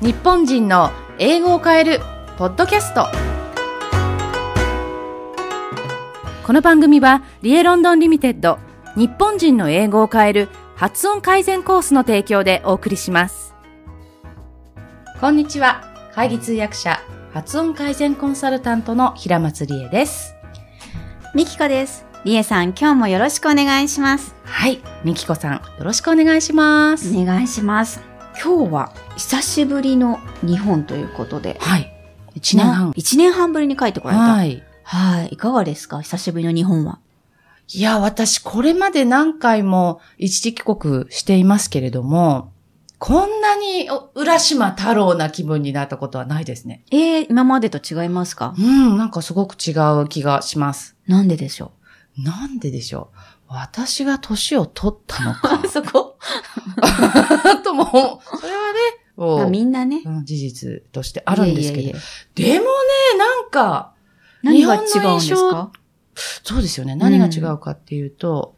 日本人の英語を変えるポッドキャストこの番組はリエロンドンリミテッド日本人の英語を変える発音改善コースの提供でお送りしますこんにちは会議通訳者発音改善コンサルタントの平松理恵ですみきこです。りえさん、今日もよろしくお願いします。はいみきこさんよろしくお願いします、お願いします。今日は久しぶりの日本ということで。はい1年半な一年半ぶりに帰ってこられた。はい。いい。かがですか久しぶりの日本は。いや、私、これまで何回も一時帰国していますけれども、こんなにお浦島太郎な気分になったことはないですね。えー、今までと違いますかうん、なんかすごく違う気がします。なんででしょなんででしょう。私が年を取ったのか。 うそこ、と も、それはね、もうまあ、みんなね。うん事実としてあるんですけど。いえいえいえでもね、なんか、何が違うんです日本のかそうですよね。何が違うかっていうと、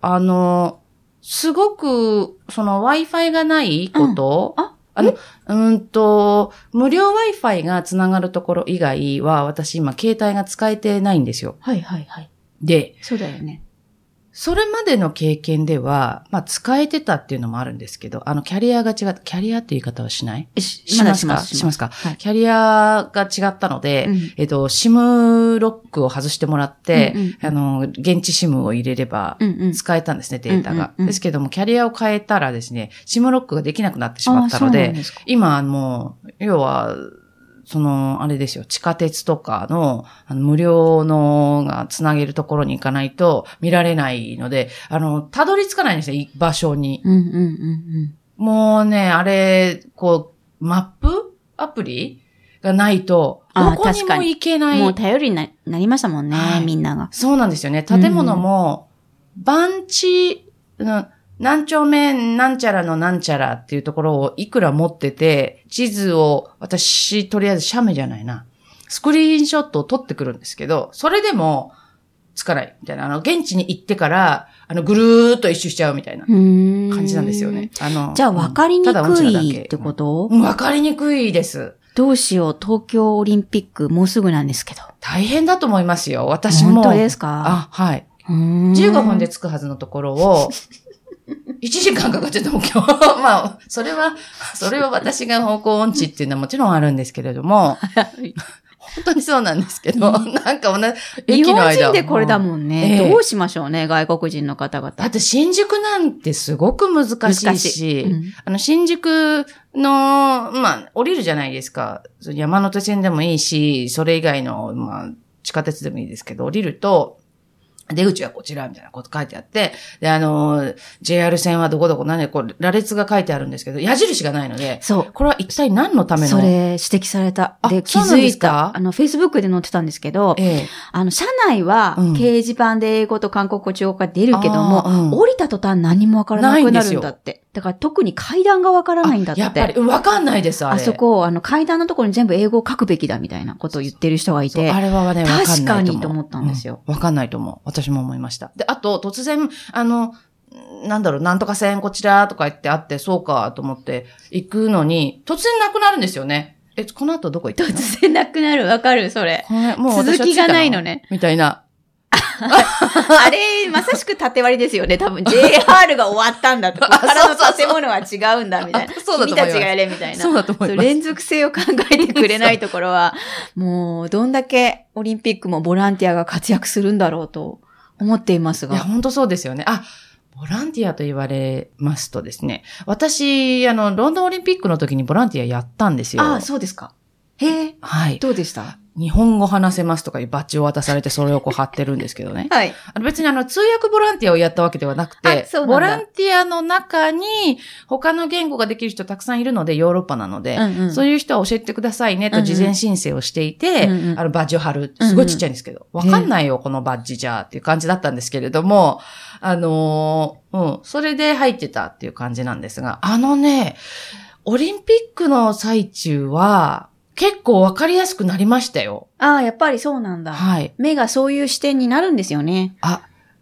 あの、すごく、その Wi-Fi がないこと、うんあの、うんと、無料 Wi-Fi がつながるところ以外は、私今携帯が使えてないんですよ。はいはいはい。で、そうだよね。それまでの経験では、まあ使えてたっていうのもあるんですけど、あの、キャリアが違った、キャリアっていう言い方はしないえし。しますかしますすか、はいキャリアが違ったので、うんえっと、シムロックを外してもらって、うんうんあの、現地シムを入れれば、うんうん。使えたんですね、データうんがうん。うんですけども、キャリアを変えたらですね、シムロックができなくなってしあまーったそうのなんで、ですか今、もう、要は、その、あれですよ、地下鉄とかの、あの無料のがつなげるところに行かないと見られないので、あの、たどり着かないんですよ、い場所に。うんうんうんもうね、あれ、こう、マップアプリがないと、あーどこに確かもに行けう。なんいもう頼りにななりましたもんね、はいみんなが。そうなんですよね。建物も、番地、うん何丁目なんちゃらのなんちゃらっていうところをいくら持ってて、地図を私、とりあえず写メじゃないな。スクリーンショットを撮ってくるんですけど、それでも、つかない。みたいな。あの、現地に行ってから、あの、ぐるーっと一周しちゃうみたいな感感じなんですよね。。あの、じゃあ分かりにくただ音痴なだいけってこと、うんわかりにくいです。どうしよう、東京オリンピックもうすぐなんですけど。大変だと思いますよ。私も。本当ですかあ、はい。 15 15分で。着くはずのところ を、1時間かかっちゃったもん、今日。 まあ、それは、それは私が方向音痴っていうのはもちろんあるんですけれども、本当にそうなんですけど、なんか同じ、日駅の本間人でこれだもんね。ええどうしましょうね、外国人の方々。だって新宿なんてすごく難しいし、うんあの、新宿の、まあ、降りるじゃないですか。その山手線でもいいし、それ以外の、まあ、地下鉄でもいいですけど、降りると、出口はこちら、みたいなこと書いてあって、で、あの、JR 線はどこどこ、何で、こう、羅列が書いてあるんですけど、矢印がないので、そう。これは一体何のためのそれ指摘された。あで、気そうなんづでいすかた。あの、Facebook で載ってたんですけど、ええ。あの、車内はうん掲示板で英語と韓国語、中国語が出るけどあーうんも、降りた途端何もわからなくなるんだって。だから特に階段がわからないんだって。あやっぱり、うんわかんないです、あれ。あそこ、あの階段のところに全部英語を書くべきだみたいなことを言ってる人がいそうてあ。れはね、わかんないと思う。確かにと思ったんですよう。わ、かんないと思う。私も思いました。で、あと、突然、あの、なんだろう、なんとか線こちらとか言ってあって、そうかと思って行くのに、突然なくなるんですよね。え、この後どこ行った の突然なくなる。わかる それ。これもう私は続着いきたがないの。ね。みたいな。あれ、まさしく縦割りですよ ね。多分 JR が終わったんだと。ここからの建物は違うんだみたいな。 そうだと思君いたまちすがやれみたいな。そうだと思いそうます。連続性を考えてくれないところは、もうどんだけオリンピックもボランティアが活躍するんだろうと思っていますいや、が。本当そうですよね。あ、ボランティアと言われますとですね、私、あの、ロンドンオリンピックの時にボランティアやったんですよ。ああ、そうですか。へえ、はい。どうでした日本語話せますとかいうバッジを渡されて、それをこう貼ってるんですけどね。はい。あの別にあの通訳ボランティアをやったわけではなくてあそう、なんだボランティアの中に他の言語ができる人たくさんいるので、ヨーロッパなので、うんうんそういう人は教えてくださいねうんとうん事前申請をしていて、うんうんあのバッジを貼る。すごいちっちゃいんですけど、わ、かんないよ、このバッジじゃあっていう感じだったんですけれども、あのーうん、それで入ってたっていう感じなんですが、あのね、オリンピックの最中は結構わかりやすくなりましたよ。ああ、やっぱりそうなんだ。はい。目がそういう視点になるんですよね。あ、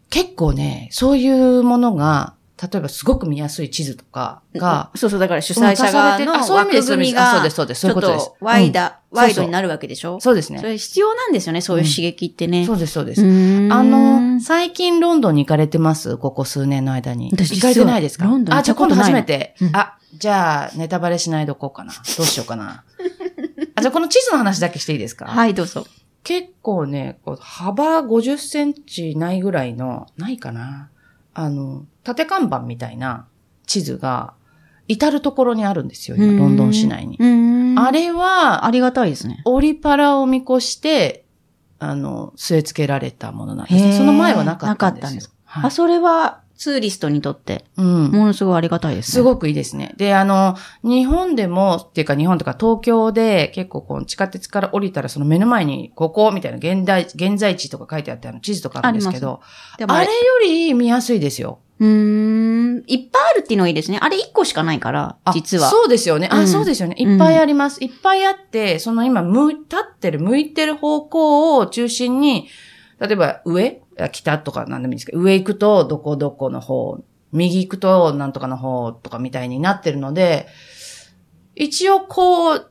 結構ね、そういうものが例えばすごく見やすい地図とかが、そうそう、だから主催が者側の枠そう組でみす、あそうがです、、そうです、ちそういょうっことですと。ワイうんダ、ワイドになるわけでしょそうですねそ。れ必要なんですよね、そういう刺激ってね。そうです、そうです。ああの、最近ロンドンに行かれてますここ数年の間に。私行かれてないですか実はロンドン行あ、っじゃたあこ今度とない初のめて。うんあ、じゃあネタバレしないでおこうかな。どうしようかな。あ、じゃあこの地図の話だけしていいですかはい、どうぞ。結構ね、こう幅50センチないぐらいの、ないかな。あの、縦看板みたいな地図が、至るところにあるんですよ、今、ロンドン市内に。にああれれは、ありがたいですね。オリパラを見越して、あの、据え付けられたものなんですね。へーその前はなかったんですよ。なかったんですはあ、い、それはツーリストにとって、うん。ものすごいありがたいですね。すごくいいですね。で、あの、日本でも、っていうか日本とか東京で結構こう地下鉄から降りたらその目の前にここみたいな現代、現在地とか書いてあってあの地図とかあるんですけど、でもああれれより見やすいですよ。うーん。いっぱいあるっていうのがいいですね。あれ1個しかないからあ、実は。そうですよね。あ、うんそうですよね。いっぱいあります。いっぱいあって、その今、む、立ってる、向いてる方向を中心に、例えば上、あ北とか何でもいいんですけど、上行くとどこどこの方、右行くとなんとかの方とかみたいになってるので、一応こう、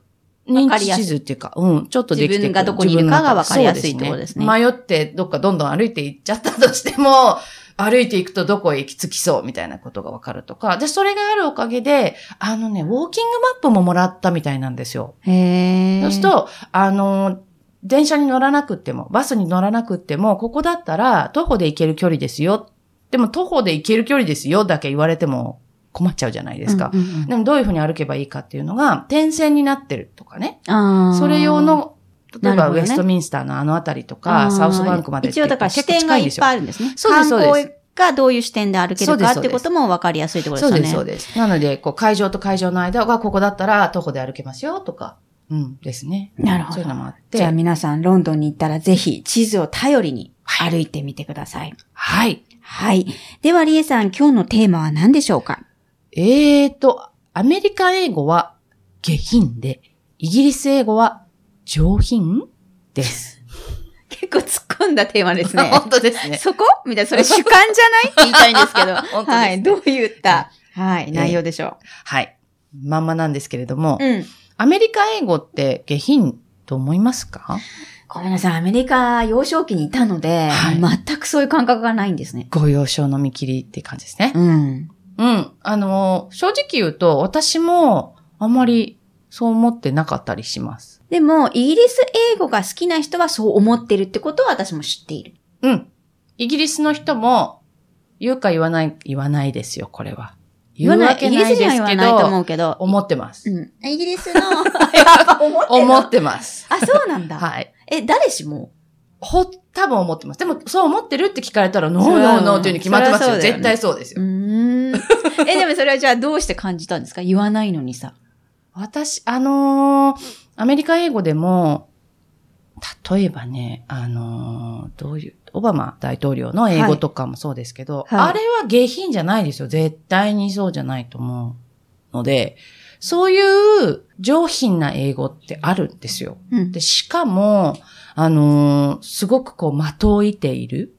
認知地図っていうか、うん、ちょっとできてくる自分がどこにいるかが分かりやすいってことですねそう迷ってどっかどんどん歩いて行っちゃったとしても、 歩いていくとどこへ行き着きそうみたいなことが分かるとか。で、それがあるおかげで、あのね、ウォーキングマップももらったみたいなんですよ。へーそうすると、あの、電車に乗らなくっても、バスに乗らなくっても、ここだったら徒歩で行ける距離ですよ。でも徒歩で行ける距離ですよだけ言われても困っちゃうじゃないですか。うんうんうんでもどういうふうに歩けばいいかっていうのが、点線になってるとかね。あーそれ用の、例えなばるほウどねェストミンスターのあのあたりとか、あーサウスバンクまでって一応だから視結構点が近いでっすよぱいあるんですね。そうですそうです観光がどういう視点で歩けそうるですかそうっでてすことも分かりやすいってことですそうよでね。す、そうでです。なので、こう、会場と会場の間が、ここだったら、徒歩で歩けますよ、とか、うん、ですね。なるほどそういうのもあって。じゃあ皆さん、ロンドンに行ったらぜひ地図を頼りに歩いてみてください。はい。はい。では、リエさん、今日のテーマは何でしょうかえーと、アメリカ英語は下品で、イギリス英語は上品 です。結構突っ込んだテーマ ですね。本当ですね。そこみたいな、それ主観じゃないって言いたいんですけ ど。本当ですねはい。どういった、はい、内容でしょはい。まんまなんですけれども、う。うん。アメリカ英語って下品と思いますかごめんなさい、アメリカ幼少期にいたので、はい全くそういう感覚がないんですね。ご幼少の見切りって感じですね。うん。うん。あの、正直言うと、私もあまりそう思ってなかったりします。でも、イギリス英語が好きな人はそう思ってるってことは私も知っている。うん。イギリスの人も、言うか言わない、言わないですよ、これは。言うわけイギなリいスで人はす言わけないと思ど、うけど。思ってます。うん。イギリスの、やっぱ 思ってる思ってます。あ、そうなん だ。はい。え、誰しもほ、多分思ってます。でも、そう思ってるって聞かれたら、ノーそれノはーノーっていうに決まってますよ。それはそうだよね絶対そうですよ。ん。 え、でもそれはじゃあどうして感じたんですか言わないのにさ。私、あのーアメリカ英語でも、例えばね、あのーどういう、オバマ大統領の英語とかもそうですけど、はいはいあれは下品じゃないですよ。絶対にそうじゃないと思うので、そういう上品な英語ってあるんですよ。うんで、しかも、あのーすごくこう、まといている。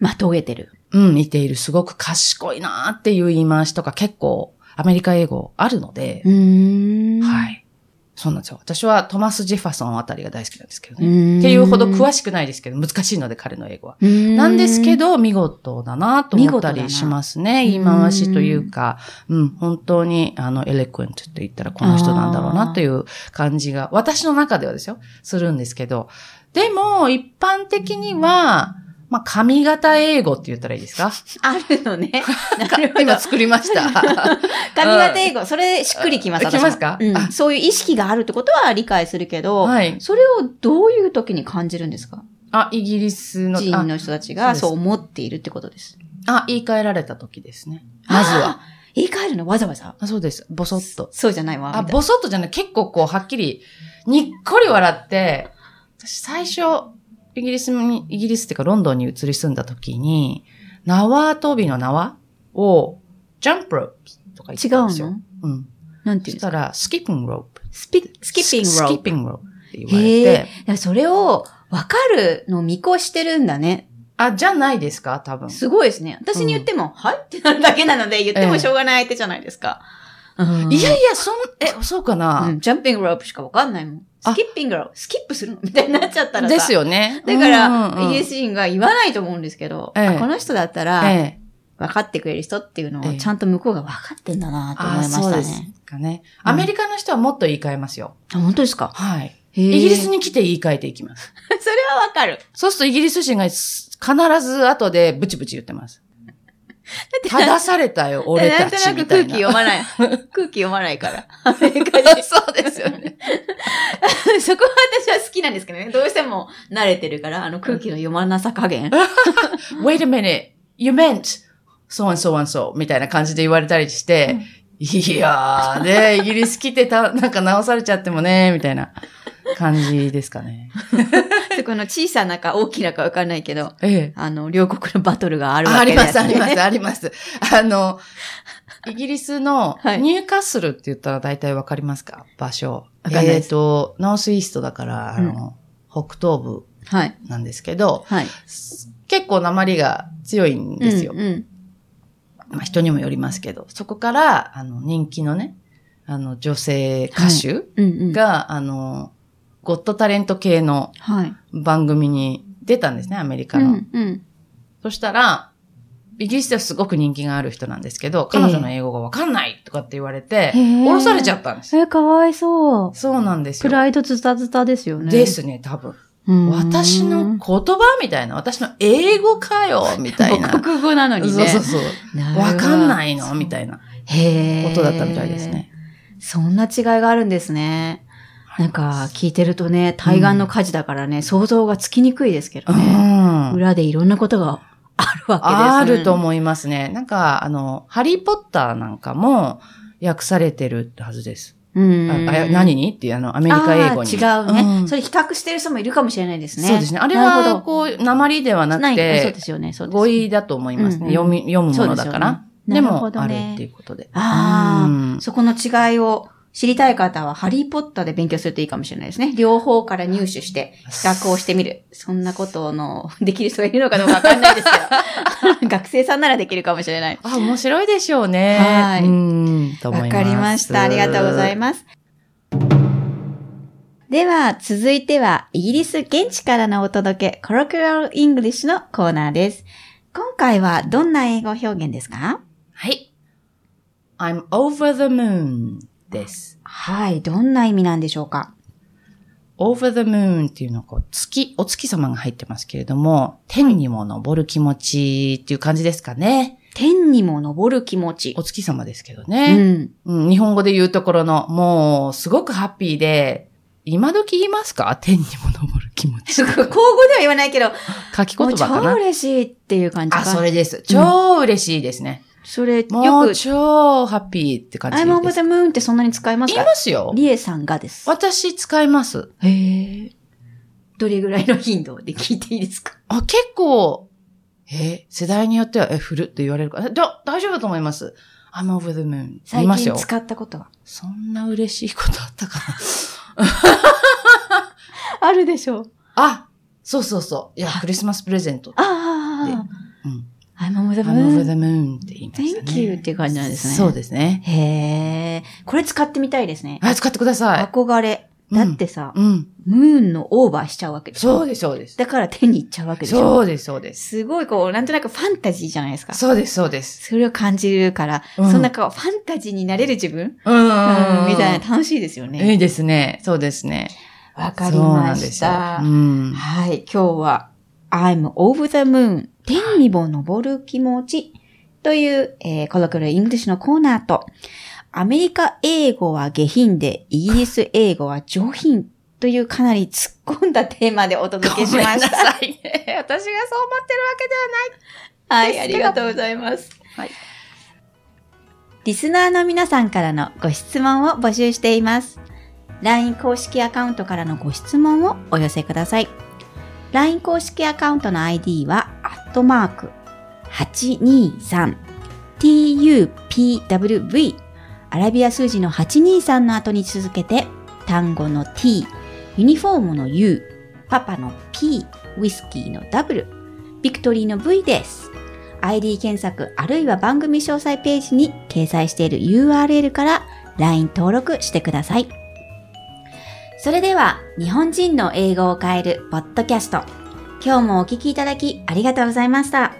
まとえてる。うん、いている。すごく賢いなーっていう言い回しとか結構、アメリカ英語あるので、うん。はいい。そうなんですよ。私はトマス・ジェファソンあたりが大好きなんですけどね。っっていうほどし詳しくないですけど、難しいので彼の英語は。いなんですけど、ど、見事だなと思った見事だなりしますね。言い回しというか、うん、本当に、あの、エレクエントって言ったらこの人なんだろうなという感じが、私の中ではですよ、するんですけど。でも、一般的には、まあ、髪型英語って言ったらいいですかあるのね。なるほど今作りま した。髪型英語、それしっくりきます。あ私もきますかうんあそういう意識があるってことは理解するけど、はい。それをどういう時に感じるんですかあ、イギリスの、人あ員の人たちそうがですそう思っているってことです。あ、言い換えられた時ですね。まずは。あー。言い換えるのわざわざあそうです。ボソッと。そうじゃないわ。あ、みたいなボソッとじゃない。結構こう、はっきり、にっこり笑って、私最初、イギリスに、イギリスっていうかロンドンに移り住んだ時に、縄跳びの縄を、ジャンプロープとか言って違たんでうすよ。のうのうん。なんてそしいうんですたから、スキッピングロープ。スピスキッピングロースプ。キッピングロープって言われて、だからそれを分かるのを見越してるんだね。あ、じゃないですか多分。すごいですね。私に言っても、はいってなるだけなので、言ってもしょうがない相手じゃないですか。うんいやいや、そん、え、そうかな、うんジャンピングロープしかわかんないもん。あスキッピングロープ、スキップするのみたいになっちゃったらさ。ですよね。だから、うんうんうんイギリス人が言わないと思うんですけど、ええあこの人だったら、ええ。分かってくれる人っていうのえをえちゃんと向こうが分かってんだなと思あいまあ、したね。そうですかね。アメリカの人はもっと言い換えますよ。あ本当ですかはい。イイギリスに。に来て言い換えていきます。それは分かる。そうするとイギリス人がす必ず後でブチブチ言って ます。正されたよ、俺なたんちとなみくた空い気な。読まない。空気読まない から。アメリカ人そうですよね。 そこは私は好きなんですけどね。どうしても慣れてるから、あの空気の読まなさ加 減。 Wait a minute, you meant so and so and so みたいな感じで言われたりして、いやー ね、イギリス来てた、なんか直されちゃってもね、みたいな感じですか ね。でこの小さなか大きなか分かんないけど、ええ。あの、両国のバトルがあるああわけりでます、あります、あります。あの、イギリスのはいニューカッスルって言ったら大体わかりますか場所。わかんないでえっすと、ノースイーストだから、あの、北東部はい。なんですけど、はい。結構鉛が強いんですよ。うんうんまあ人にもよりますけど、そこから、あの、人気のね、あの、女性歌手うんうん。が、あの、ゴッドタレント系のはい。番組に出たんですね、アメリカうの。んうん。そしたら、イギリスではすごく人気がある人なんですけど、彼女の英語がわかんないとかって言われて、ー降ろされちゃったんですよ。え、かわいそう。そうなんですプよ。ライドズタズタですよね。ですね、多分。うん。私の言葉みたいな、私の英語かよ、みたいな。母国語なのにそうね。そうそう。わかんないのみたいなへーことだったみたいです。ね。そんな違いがあるんですね。なんか、聞いてるとね、対岸の火事だからね、想像がつきにくいですけうどね。ん。裏でいろんなことがあるわけです。あると思いますね。なんか、あの、ハリーポッターなんかも訳されてるはずです。うあん。あ何にっていう、あの、アメリカ英語に。あー違うね、んそれ比較してる人もいるかもしれないですね。そうですね。あれなるは、ほこう、鉛ではどななくいそうてで、すよね。そうですよ語ね彙だと思いますね。うんうん読み、読むものだから。でそもう、すよあるねっていなるほどね。うことで。ああ、うんそこの違いを知りたい方は、ハリーポッターで勉強するといいかもしれないですね。両方から入手して、比較をしてみる。そんなことの、できる人がいるのかどうかわかんないですけど、学生さんならできるかもしれない。あ、面白いでしょうね。はいうん、とわ思います。かりました。ありがとうございまます。では、続いては、イギリス現地からのお届け、コロクラルイングリッシュのコーナーです。今回はどんな英語表現ですす。かはい。I'm over the moon です。はい、どんな意味なんでしょうか over the moon っていうのはこう月、お月様が入ってますけれども、天にも昇る気持ちっていう感じですかね。天にも昇る気持ちお。月様ですけどうね。ん。うん日本語で言うところの、もうすごくハッピーで、今時言いますか天にも昇る気持 ち。口語では言わないけど、書きも言う葉超かな。嬉しいっていう感じか。あ、それです。超嬉しいですね。それ、よく、もう超ハッピーって感じです。 I'm over the moon ってそんなに使います言いかますよ。リエさんがです。私使います。へえ。どれぐらいの頻度で聞いていいで すかあ、結構、え、世代によっては、え、古って言われるから、だ、大丈夫だと思います。I'm over the moon. 言い最ます近よ。使ったことは。そんな嬉しいことあったか な。あるでしょう。あ、そうそうそう。いや、クリスマスプレゼン ト。あうんあ。I'm over the I'm over the moon. moon って言いましたね。 Thank you っていう感じなんですねそうですね。へえ。これ使ってみたいですね。あ、使ってください。憧れ。だってさ、うん。ムーンのオーバーしちゃうわけでしょそうです、そうです。だから手に行っちゃうわけでしょそうです、そうです。すごいこう、なんとなくファンタジーじゃないですか。そうです、そうです。それを感じるから、うんそんなこう、ファンタジーになれる自分、うん、みうん。たいな楽しいですよいね。いですね。そうですね。わかりましそうなた。んですよ。はい、今日は、I'm over the moon 天にも昇る気持ちという、えー、コロクルイングリッシュのコーナーと、アメリカ英語は下品で、イギリス英語は上品というかなり突っ込んだテーマでお届けしま ごした。めんなさいね。私がそう思ってるわけではない。はい、ありがとうございます。はいリスナーの皆さんからのご質問を募集しています。LINE 公式アカウントからのご質問をお寄せください。LINE 公式アカウントの ID は、アットマーク、823tupwv アラビア数字の823の後に続けて、単語の t、ユニフォームの u、パパの p、ウイスキーの w、ビクトリーの V です。ID 検索あるいは番組詳細ページに掲載している URL から LINE 登録してください。それでは、日本人の英語を変えるポッドキャスト。今日もお聞きいただきありがとうございました。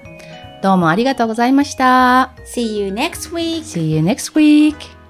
どうもありがとうございました。 See you next week! See you next week!